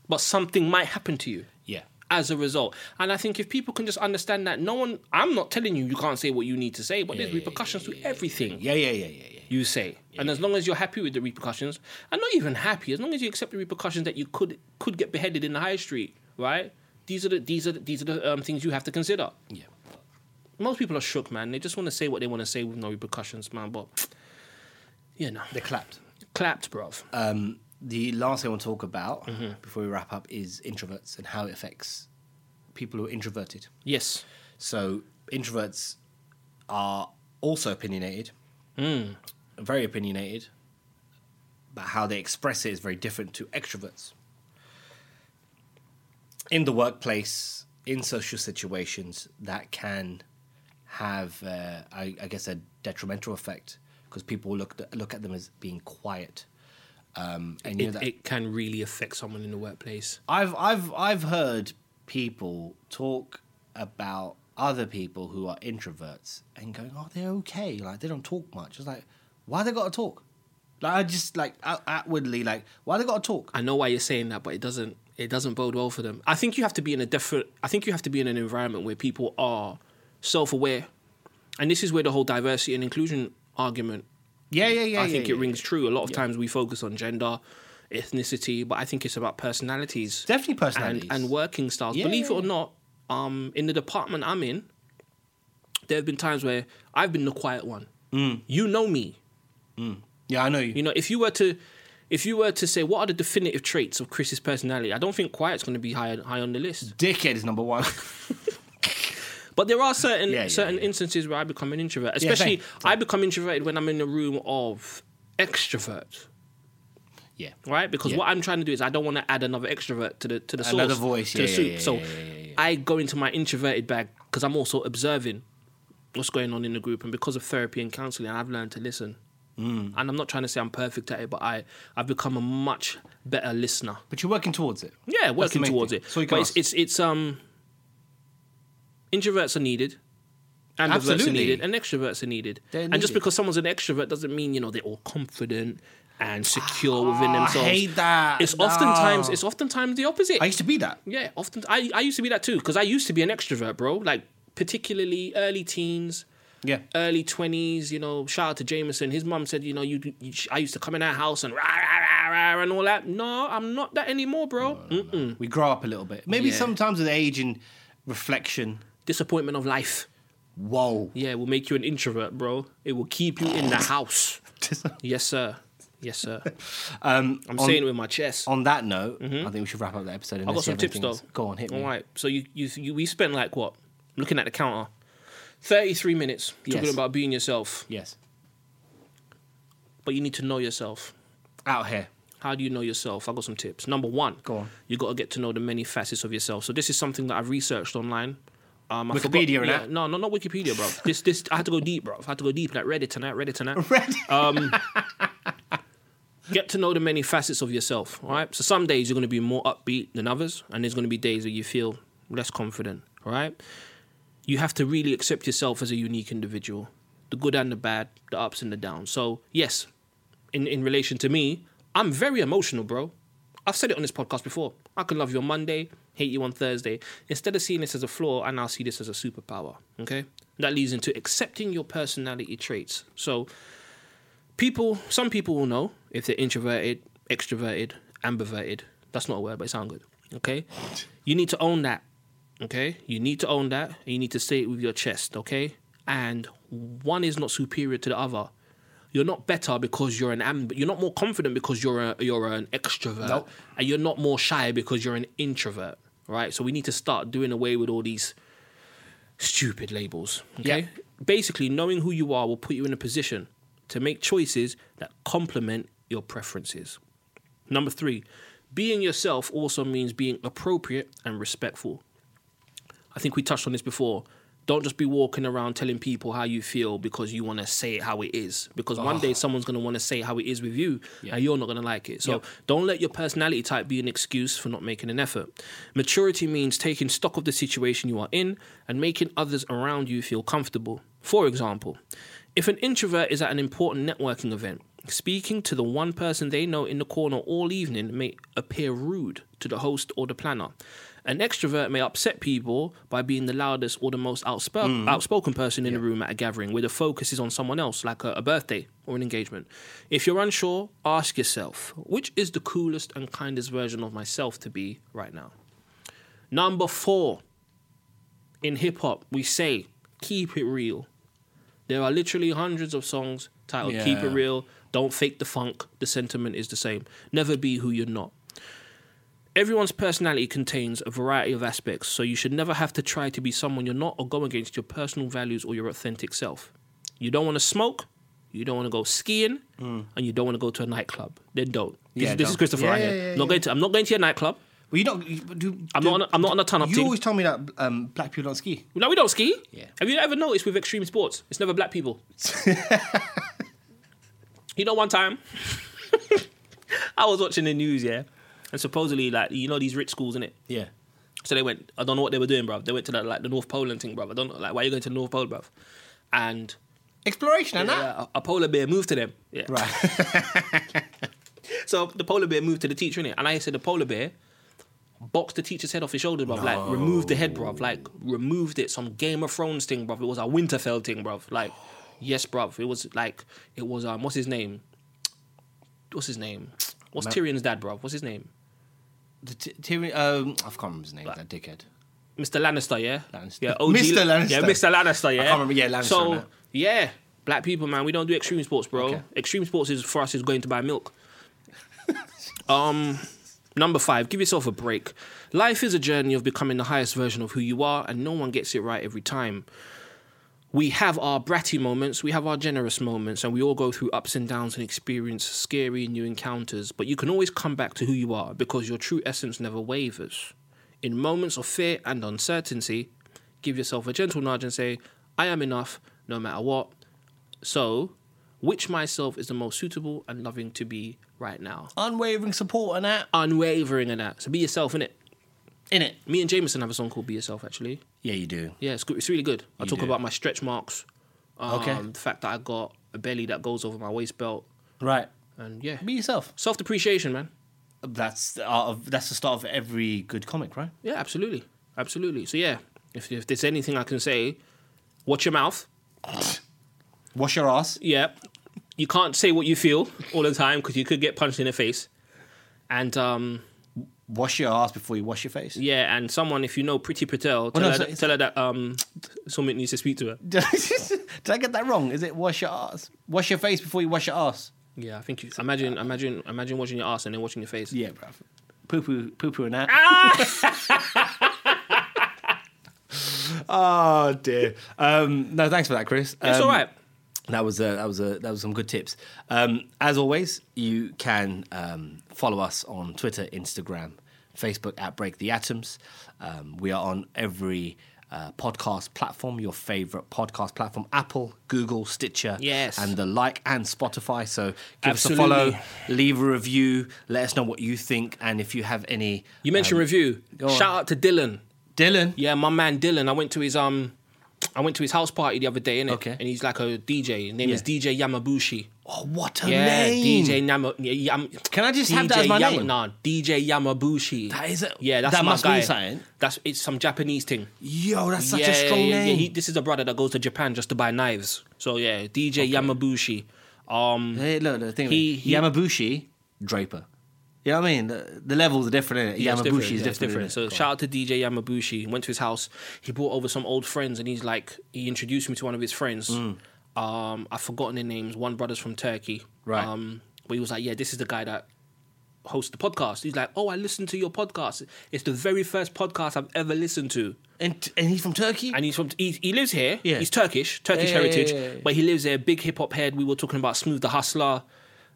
Speaker 4: But something might happen to you
Speaker 3: Yeah.
Speaker 4: as a result. And I think if people can just understand that, no one, I'm not telling you you can't say what you need to say, but there's repercussions to everything
Speaker 3: Yeah. Yeah. Yeah. Yeah. Yeah.
Speaker 4: you say. And as long as you're happy with the repercussions, and not even happy, as long as you accept the repercussions that you could could get beheaded in the high street, right? These are the these are the, these are the um, things you have to consider.
Speaker 3: Yeah.
Speaker 4: Most people are shook, man. They just want to say what they want to say with no repercussions, man. But you know,
Speaker 3: They clapped.
Speaker 4: clapped, bruv.
Speaker 3: Um, the last thing I want to talk about
Speaker 4: Mm-hmm.
Speaker 3: before we wrap up is introverts and how it affects people who are introverted.
Speaker 4: yes,
Speaker 3: So introverts are also opinionated,
Speaker 4: Hmm.
Speaker 3: very opinionated, but how they express it is very different to extroverts. In the workplace, in social situations, that can have, uh, I, I guess, a detrimental effect because people look look at them as being quiet. Um, and you know
Speaker 4: it,
Speaker 3: that
Speaker 4: it can really affect someone in the workplace.
Speaker 3: I've I've I've heard people talk about other people who are introverts and going, "Oh, they're okay. Like they don't talk much." It's like, why they got to talk? Like I just like out- outwardly like why they got to talk?
Speaker 4: I know why you're saying that, but it doesn't it doesn't bode well for them. I think you have to be in a different. I think you have to be in an environment where people are self aware, and this is where the whole diversity and inclusion argument.
Speaker 3: Yeah, yeah, yeah.
Speaker 4: I
Speaker 3: yeah,
Speaker 4: think
Speaker 3: yeah,
Speaker 4: it rings
Speaker 3: yeah.
Speaker 4: true. A lot of times we focus on gender, ethnicity, but I think it's about personalities,
Speaker 3: Definitely
Speaker 4: and
Speaker 3: personalities
Speaker 4: and working styles.
Speaker 3: Yeah,
Speaker 4: Believe
Speaker 3: yeah,
Speaker 4: it or
Speaker 3: yeah.
Speaker 4: not, um, in the department I'm in, there have been times where I've been the quiet one.
Speaker 3: Mm.
Speaker 4: You know me.
Speaker 3: Yeah, I know you.
Speaker 4: You know, if you were to, if you were to say what are the definitive traits of Chris's personality, I don't think quiet's going to be high high on the list.
Speaker 3: Dickhead is number one.
Speaker 4: But there are certain
Speaker 3: Yeah, yeah,
Speaker 4: certain
Speaker 3: yeah.
Speaker 4: instances where I become an introvert. Especially,
Speaker 3: same.
Speaker 4: I become introverted when I'm in a room of extroverts,
Speaker 3: yeah.
Speaker 4: right? Because
Speaker 3: Yeah.
Speaker 4: what I'm trying to do is I don't want to add another extrovert to the to the
Speaker 3: Another
Speaker 4: sauce,
Speaker 3: voice,
Speaker 4: to
Speaker 3: yeah,
Speaker 4: the
Speaker 3: yeah,
Speaker 4: soup.
Speaker 3: yeah,
Speaker 4: so
Speaker 3: yeah, yeah, yeah, yeah.
Speaker 4: I go into my introverted bag because I'm also observing what's going on in the group, and because of therapy and counselling, I've learned to listen.
Speaker 3: Mm.
Speaker 4: And I'm not trying to say I'm perfect at it, but I I've become a much better listener.
Speaker 3: But you're working towards it.
Speaker 4: Yeah,
Speaker 3: That's the
Speaker 4: working
Speaker 3: main
Speaker 4: towards
Speaker 3: thing.
Speaker 4: it.
Speaker 3: So you can
Speaker 4: but it's,
Speaker 3: ask.
Speaker 4: it's it's um introverts are needed. And
Speaker 3: Absolutely.
Speaker 4: are needed, and extroverts are needed.
Speaker 3: They're
Speaker 4: And just
Speaker 3: needed.
Speaker 4: because someone's an extrovert doesn't mean you know they're all confident and secure within
Speaker 3: Ah, I
Speaker 4: themselves.
Speaker 3: hate that.
Speaker 4: It's oftentimes
Speaker 3: No.
Speaker 4: it's oftentimes the opposite.
Speaker 3: I used to be that.
Speaker 4: yeah, often I, I used to be that too because I used to be an extrovert, bro. Like particularly early teens,
Speaker 3: Yeah.
Speaker 4: early twenties. You know, shout out to Jameson. His mum said, you know, you, you I used to come in our house and rah rah rah rah and all that. No, I'm not that anymore, bro. Mm-mm.
Speaker 3: We grow up a little bit. Maybe
Speaker 4: Mm. Yeah.
Speaker 3: sometimes with age and reflection.
Speaker 4: disappointment of life.
Speaker 3: Whoa.
Speaker 4: Yeah, it will make you an introvert, bro. It will keep you in the house. Yes, sir. Yes, sir.
Speaker 3: um,
Speaker 4: I'm
Speaker 3: on-
Speaker 4: saying it with my chest.
Speaker 3: On that note, I think we should wrap up the episode.
Speaker 4: Mm-hmm. I've got
Speaker 3: unless you
Speaker 4: some
Speaker 3: have
Speaker 4: tips
Speaker 3: anything
Speaker 4: though.
Speaker 3: else. Go on, hit me.
Speaker 4: All right. So you, you, you we spent like what? Looking at the counter, thirty-three minutes talking
Speaker 3: Yes.
Speaker 4: about being yourself.
Speaker 3: Yes.
Speaker 4: But you need to know yourself.
Speaker 3: Out here.
Speaker 4: How do you know yourself? I got some tips. Number one,
Speaker 3: Go on.
Speaker 4: You got to get to know the many facets of yourself. So this is something that I've researched online. Um, I forgot-
Speaker 3: Wikipedia and
Speaker 4: yeah,
Speaker 3: that?
Speaker 4: No, no, not Wikipedia, bro. this, this, I had to go deep, bro. I had to go deep, like Reddit tonight, Reddit tonight. get to know the many facets of yourself, all right? So some days you're going to be more upbeat than others, and there's going to be days where you feel less confident, all right? You have to really accept yourself as a unique individual, the good and the bad, the ups and the downs. So, yes, in, in relation to me, I'm very emotional, bro. I've said it on this podcast before. I can love you on Monday, hate you on Thursday. Instead of seeing this as a flaw, I now see this as a superpower, okay? That leads into accepting your personality traits. So, people some people will know if they're introverted extroverted ambiverted that's not a word but it sounds good okay you need to own that okay you need to own that and you need to say it with your chest okay and one is not superior to the other you're not better because you're an amb- you're not more confident because you're a, you're an extrovert
Speaker 3: Nope.
Speaker 4: and you're not more shy because you're an introvert right? So we need to start doing away with all these stupid labels. Okay.
Speaker 3: Yeah.
Speaker 4: Basically, knowing who you are will put you in a position to make choices that complement your preferences. Number three, being yourself also means being appropriate and respectful. I think we touched on this before. Don't just be walking around telling people how you feel because you want to say it how it is. Because one day someone's going to want to say how it is with you and you're not going to like it. So don't let your personality type be an excuse for not making an effort. Maturity means taking stock of the situation you are in and making others around you feel comfortable. For example, if an introvert is at an important networking event, speaking to the one person they know in the corner all evening may appear rude to the host or the planner. An extrovert may upset people by being the loudest or the most outspo- outspoken person in the room at a gathering where the focus is on someone else, like a, a birthday or an engagement. If you're unsure, ask yourself which is the coolest and kindest version of myself to be right now? Number four, in hip hop, we say keep it real. There are literally hundreds of songs titled Keep It
Speaker 3: Yeah.
Speaker 4: Real, Don't Fake the Funk. The sentiment is the same. Never be who you're not. Everyone's personality contains a variety of aspects, so you should never have to try to be someone you're not or go against your personal values or your authentic self. You don't want to smoke, you don't want to go skiing, and you don't want to go to a nightclub. Then don't. This,
Speaker 3: Mm. Yeah,
Speaker 4: is, this is
Speaker 3: don't.
Speaker 4: Christopher
Speaker 3: Yeah,
Speaker 4: right here.
Speaker 3: yeah, yeah,
Speaker 4: I'm not going to, I'm not going to your nightclub.
Speaker 3: Well, you don't. you- do,
Speaker 4: I'm
Speaker 3: do-
Speaker 4: not on a- I'm not on a ton of
Speaker 3: You
Speaker 4: team.
Speaker 3: always tell me that um, black people don't ski.
Speaker 4: No, we don't ski.
Speaker 3: Yeah.
Speaker 4: Have you ever noticed with extreme sports, it's never black people? you know, one time I was watching the news, yeah, and supposedly, like, you know, these rich schools, innit?
Speaker 3: Yeah.
Speaker 4: So they went. I don't know what they were doing, bruv. They went to that, like the North Pole and thing, bruv. I don't know, like why are you going to the North Pole, bruv? And
Speaker 3: Exploration and that.
Speaker 4: yeah, a, a polar bear moved to them. Yeah.
Speaker 3: Right.
Speaker 4: So the polar bear moved to the teacher, innit? And I said the polar bear boxed the teacher's head off his shoulder, bruv. Like removed the head, bruv. Like removed it. Some Game of Thrones thing, bruv. It was a Winterfell thing, bruv. Like, yes, bruv. It was like it was um what's his name? What's his name? What's
Speaker 3: Ma-
Speaker 4: Tyrion's dad, bruv? What's his name?
Speaker 3: the t- Tyrion, um, I can't remember his name. That dickhead.
Speaker 4: Mr. Lannister, yeah,
Speaker 3: Lannister.
Speaker 4: yeah, OG,
Speaker 3: Mr. Lannister.
Speaker 4: yeah, Mr. Lannister, yeah.
Speaker 3: can't remember, yeah, Lannister
Speaker 4: So
Speaker 3: and that.
Speaker 4: yeah, black people, man, we don't do extreme sports, bro.
Speaker 3: Okay.
Speaker 4: Extreme sports is for us is going to buy milk. um, number five, give yourself a break. Life is a journey of becoming the highest version of who you are, and no one gets it right every time. We have our bratty moments, we have our generous moments, and we all go through ups and downs and experience scary new encounters. But you can always come back to who you are because your true essence never wavers. In moments of fear and uncertainty, give yourself a gentle nudge and say, I am enough no matter what. So, which myself is the most suitable and loving to be right now?
Speaker 3: Unwavering support and that.
Speaker 4: Unwavering in that. So, be yourself in it.
Speaker 3: In it.
Speaker 4: Me and Jameson have a song called Be Yourself, actually.
Speaker 3: Yeah, you do.
Speaker 4: Yeah, it's good. It's really good. I
Speaker 3: You
Speaker 4: talk
Speaker 3: do.
Speaker 4: about my stretch marks. Um,
Speaker 3: Okay.
Speaker 4: The fact that I got a belly that goes over my waist belt,
Speaker 3: Right.
Speaker 4: and yeah,
Speaker 3: Be yourself.
Speaker 4: self depreciation, man.
Speaker 3: That's the art of. That's the start of every good comic, right?
Speaker 4: Yeah, absolutely, absolutely. So yeah, if, if there's anything I can say, watch your mouth.
Speaker 3: Wash your ass.
Speaker 4: Yeah, you can't say what you feel all the time because you could get punched in the face. And um,
Speaker 3: Wash your ass before you wash your face.
Speaker 4: yeah, and someone if you know Pretty Patel, tell,
Speaker 3: Oh, no,
Speaker 4: her,
Speaker 3: so
Speaker 4: that,
Speaker 3: it's-
Speaker 4: tell her that um, someone needs to speak to her.
Speaker 3: Did I get that wrong? Is it wash your ass? Wash your face before you wash your ass.
Speaker 4: Yeah, I think you imagine, imagine, imagine watching your ass and then watching your face.
Speaker 3: Yeah, bruv. Poo poo, poo poo, and that. oh dear. Um, no, thanks for that, Chris.
Speaker 4: Ah! it's
Speaker 3: Um,
Speaker 4: all right.
Speaker 3: That was a, that was a, that was some good tips. Um, as always, you can um, follow us on Twitter, Instagram, Facebook at Break the Atoms. Um, we are on every uh, podcast platform, your favorite podcast platform: Apple, Google, Stitcher,
Speaker 4: Yes.
Speaker 3: and the like, and Spotify. So give
Speaker 4: Absolutely.
Speaker 3: us a follow, leave a review, let us know what you think, and if you have any,
Speaker 4: You mentioned review.
Speaker 3: Um, go on.
Speaker 4: Shout out to Dylan.
Speaker 3: Dylan.
Speaker 4: Yeah, my man Dylan. I went to his um, I went to his house party the other day, innit?
Speaker 3: Okay.
Speaker 4: And he's like a DJ. His name is
Speaker 3: Yeah.
Speaker 4: DJ Yamabushi.
Speaker 3: Oh, what a
Speaker 4: Yeah,
Speaker 3: name!
Speaker 4: DJ Yama. yeah, Yam,
Speaker 3: Can I just
Speaker 4: DJ
Speaker 3: have that as my
Speaker 4: Yama-
Speaker 3: name?
Speaker 4: Nah, DJ Yamabushi.
Speaker 3: That is a-
Speaker 4: yeah, that's
Speaker 3: that
Speaker 4: my
Speaker 3: must
Speaker 4: guy.
Speaker 3: mean something.
Speaker 4: That's it's some Japanese thing.
Speaker 3: Yo, that's such
Speaker 4: yeah,
Speaker 3: a strong
Speaker 4: yeah, yeah,
Speaker 3: name.
Speaker 4: Yeah, he, this is a brother that goes to Japan just to buy knives. So yeah, DJ Yamabushi. Um,
Speaker 3: Hey, look, the thing
Speaker 4: He-
Speaker 3: with
Speaker 4: he-
Speaker 3: Yamabushi, Draper. You know what I mean? The, the levels are different. Innit?
Speaker 4: Yeah, it's
Speaker 3: Yamabushi
Speaker 4: different.
Speaker 3: is
Speaker 4: Yeah, it's
Speaker 3: different.
Speaker 4: different. So
Speaker 3: innit?
Speaker 4: shout out to DJ Yamabushi. Went to his house. He brought over some old friends, and he's like, he introduced me to one of his friends. Um, I've forgotten their names. One brother's from Turkey.
Speaker 3: Right.
Speaker 4: Um, but he was like, yeah, this is the guy that host the podcast. He's like, oh, I listened to your podcast. It's the very first podcast I've ever listened to.
Speaker 3: And, and he's from Turkey?
Speaker 4: And he's from he, he lives here.
Speaker 3: Yeah.
Speaker 4: He's Turkish, Turkish
Speaker 3: Yeah, yeah, yeah,
Speaker 4: heritage,
Speaker 3: yeah, yeah.
Speaker 4: but he lives there. Big hip hop head. We were talking about Smooth the Hustler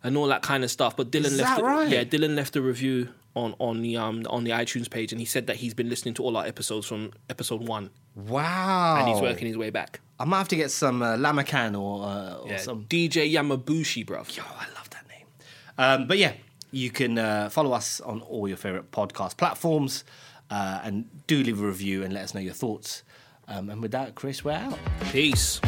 Speaker 4: and all that kind of stuff. But Dylan
Speaker 3: Is
Speaker 4: left.
Speaker 3: that
Speaker 4: a-
Speaker 3: right?
Speaker 4: Yeah, Dylan left a review on on the um on the iTunes page, and he said that he's been listening to all our episodes from episode one,
Speaker 3: wow.
Speaker 4: and he's working his way back.
Speaker 3: I might have to get some uh, Lamakan or, uh, or
Speaker 4: Yeah,
Speaker 3: some.
Speaker 4: DJ Yamabushi, bruv.
Speaker 3: Oh, I love that name. Um, but yeah, you can uh, follow us on all your favorite podcast platforms uh, and do leave a review and let us know your thoughts. Um, and with that, Chris, we're out.
Speaker 4: Peace.